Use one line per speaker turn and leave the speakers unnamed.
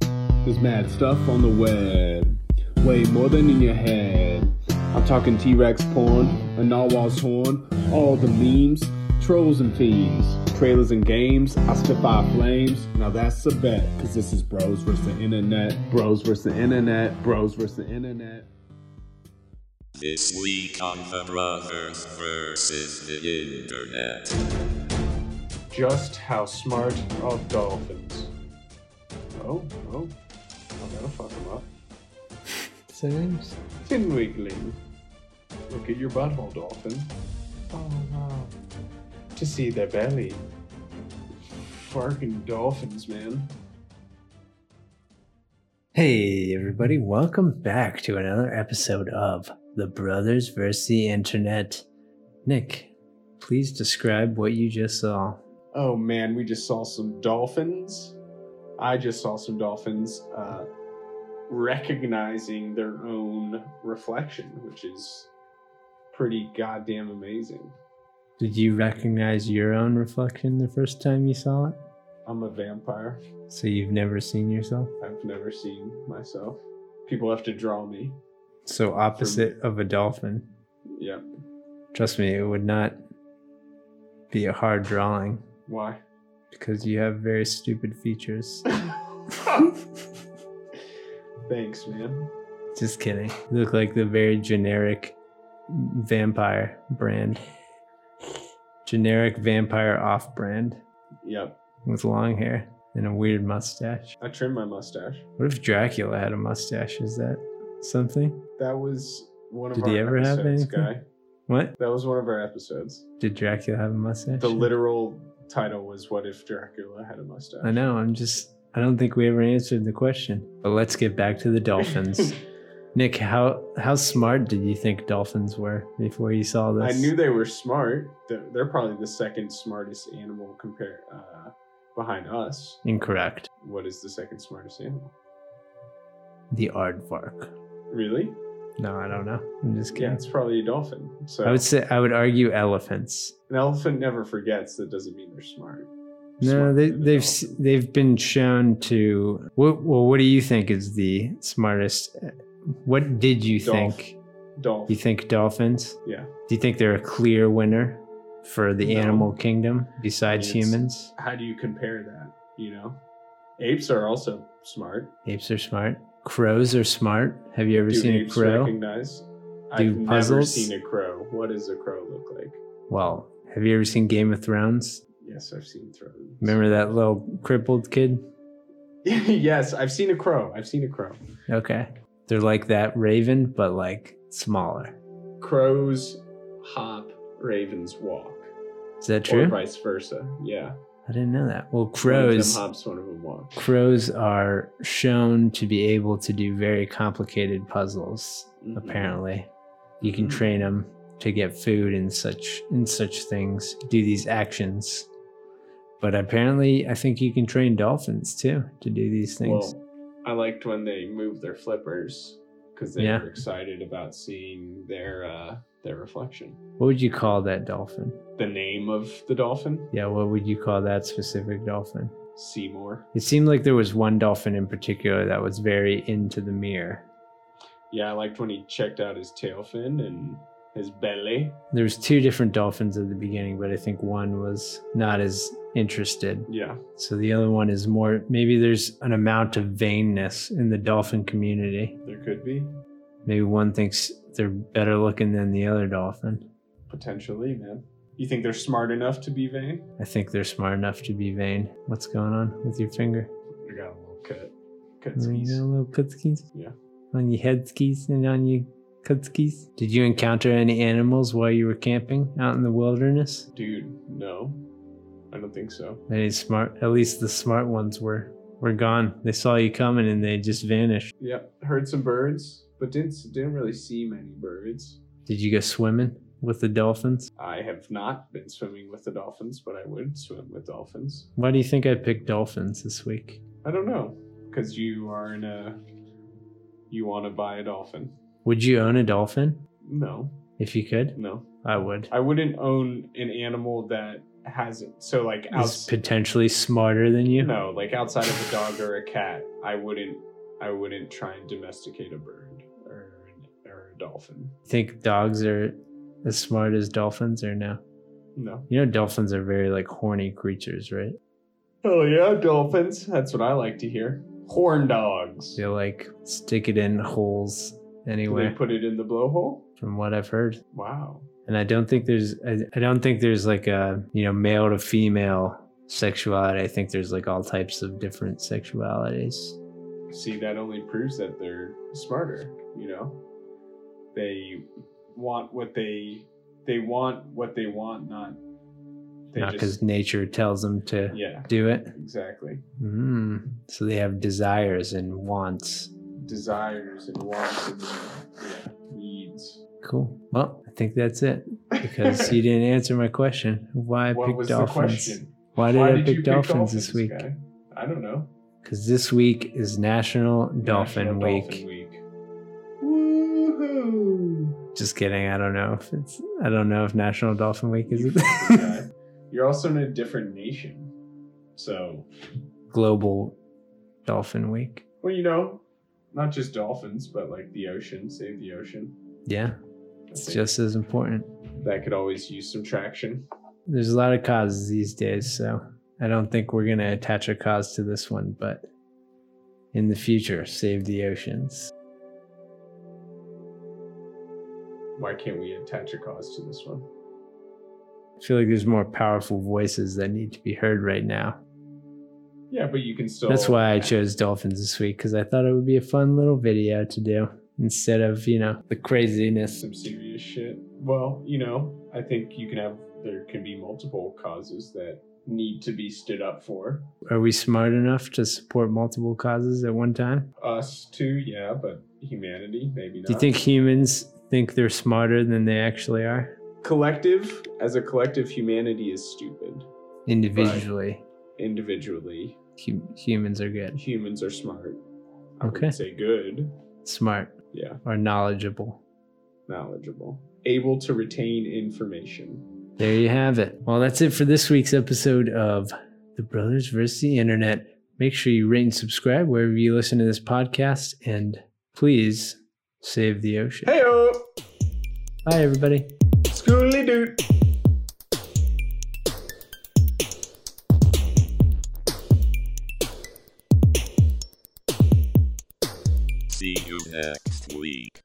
There's mad stuff on the web, way more than in your head. I'm talking T Rex porn, a narwhal's horn, all the memes, trolls and fiends, trailers and games. I spitfire flames. Now that's a bet, because this is bros versus the internet. Bros versus the internet. Bros versus the internet.
This week on the Brothers versus the Internet.
just how smart are dolphins? Oh, oh, I'm gonna fuck them up.
Seems.
Finwigling, look at your butthole, dolphin. Oh wow, to see their belly. Farking dolphins, man.
Hey, everybody, welcome back to another episode of The Brothers vs. the Internet. Nick, please describe what you just saw.
Oh man, we just saw some dolphins. I just saw some dolphins uh, recognizing their own reflection, which is pretty goddamn amazing.
Did you recognize your own reflection the first time you saw it?
I'm a vampire.
So you've never seen yourself?
I've never seen myself. People have to draw me.
So, opposite of a dolphin.
Yep.
Trust me, it would not be a hard drawing
Why?
because you have very stupid features.
Thanks, man.
Just kidding. You look like the very generic vampire brand. Generic vampire off brand
Yep.
with long hair and a weird mustache.
I trimmed my mustache.
What if Dracula had a mustache? Is that something?
That was one of
Did
our
he ever have
episodes,
anything?
guy.
What?
That was one of our episodes.
Did Dracula have a mustache?
The literal title was "What if Dracula had a mustache?"
I know, I'm just I don't think we ever answered the question. But let's get back to the dolphins. Nick, how how smart did you think dolphins were before you saw
I
this?
knew they were smart. They're, they're probably the second smartest animal compare uh, behind us.
incorrect.
What is the second smartest animal?
The aardvark.
Really?
No, I don't know. I'm just kidding.
Yeah, it's probably a dolphin. So
I would say I would argue elephants.
An elephant never forgets. That doesn't mean they're smart.
No,
Smarter
they,
than an
they've s-
elephant.
they've been shown to. What, well, what do you think is the smartest? What did you
Dolph-
think?
dolphin.
You think dolphins?
Yeah.
Do you think they're a clear winner for the
No.
animal kingdom besides
Yes.
humans?
How do you compare that? You know, apes are also smart.
Apes are smart. Crows are smart. Have you ever
do
seen a
apes
crow?
recognize?
Do
I've never
puzzles?
seen a crow. What does a crow look like?
well, have you ever seen Game of Thrones?
Yes, I've seen thrones.
Remember that little crippled kid?
yes, I've seen a crow. I've seen a crow.
Okay, they're like that raven, but like smaller.
Crows hop, ravens walk,
Is that
or
true?
vice versa. Yeah,
I didn't know that. Well,
One of
crows
them hops, one of them walks.
crows are shown to be able to do very complicated puzzles.
Mhm.
Apparently, you can
Mhm.
train them to get food and such and such things, do these actions. But apparently, I think you can train dolphins too to do these things.
Well, I liked when they moved their flippers because they
Yeah.
were excited about seeing their uh, their reflection.
what would you call that dolphin?
The name of the dolphin,
Yeah, what would you call that specific dolphin?
Seymour.
It seemed like there was one dolphin in particular that was very into the mirror.
Yeah, I liked when he checked out his tail fin and his belly.
There was two different dolphins at the beginning, but I think one was not as interested.
Yeah,
So the other one is more maybe there's an amount of vainness in the dolphin community.
there could be
Maybe one thinks they're better looking than the other dolphin.
potentially, man. You think they're smart enough to be vain?
I think they're smart enough to be vain. What's going on with your finger?
I got a little cut. Cut
Oh, You
skis.
got a little kutskis?
Yeah.
On your head skis and on your kutskis? Did you encounter any animals while you were camping out in the wilderness?
Dude, no. I don't think so.
Any smart, at least the smart ones were were gone. They saw you coming and they just vanished.
Yep, heard some birds, but didn't didn't really see many birds.
Did you go swimming with the dolphins?
I have not been swimming with the dolphins, but I would swim with dolphins.
Why do you think I picked dolphins this week?
I don't know, because you are in a. You want to buy a dolphin?
Would you own a dolphin
No,
if you could?
no.
I would.
I wouldn't own an animal that hasn't. So like
Is
outside,
potentially smarter than you.
no, like outside of a dog or a cat, I wouldn't. I wouldn't try and domesticate a bird or an- or a dolphin.
Think dogs are as smart as dolphins or no?
No.
You know, dolphins are very like horny creatures, right?
Oh yeah, dolphins. That's what I like to hear. Horn dogs.
They like stick it in holes
Do they
anywhere,
put it in the blowhole?
from what I've heard.
Wow.
and I don't think there's I, I don't think there's like a you know male to female sexuality. I think there's like all types of different sexualities.
See, that only proves that they're smarter. You know, they want what they they want what they want, not they
Not because
just
nature tells them to
yeah
do it.
exactly
Mm. So they have desires and wants.
desires and wants and yeah, needs.
Cool. Well, I think that's it because you didn't answer my question. Why I
what
picked
was
dolphins?
the question?
Why did
Why
I
did
pick
you
dolphins, this week?
guy? I don't know.
Because this week is National Dolphin
National
Week.
Dolphin Week. Woohoo!
Just kidding. I don't know if it's. I don't know if National Dolphin Week is
You
it.
guy. You're also in a different nation, so
global dolphin week.
well, you know, not just dolphins, but like the ocean. Save the ocean.
Yeah,
I
it's
think
just as important.
that could always use some traction.
There's a lot of causes these days, so I don't think we're going to attach a cause to this one, but in the future, save the oceans.
Why can't we attach a cause to this one?
I feel like there's more powerful voices that need to be heard right now.
Yeah, but you can still.
That's why I chose dolphins this week because I thought it would be a fun little video to do instead of, you know, the craziness.
some serious shit. Well, you know, I think you can have there can be multiple causes that need to be stood up for.
Are we smart enough to support multiple causes at one time?
Us too, yeah, but humanity maybe not.
Do you think humans think they're smarter than they actually are?
collective as a collective humanity is stupid.
Individually,
Individually,
hum- humans are good,
humans are smart. I
Okay.
would say good.
smart,
Yeah,
or knowledgeable.
knowledgeable, able to retain information.
There you have it. Well, that's it for this week's episode of The Brothers versus the Internet. Make sure you rate and subscribe wherever you listen to this podcast, and please save the ocean.
Heyo,
Bye, everybody.
schooly dude.
See you next week.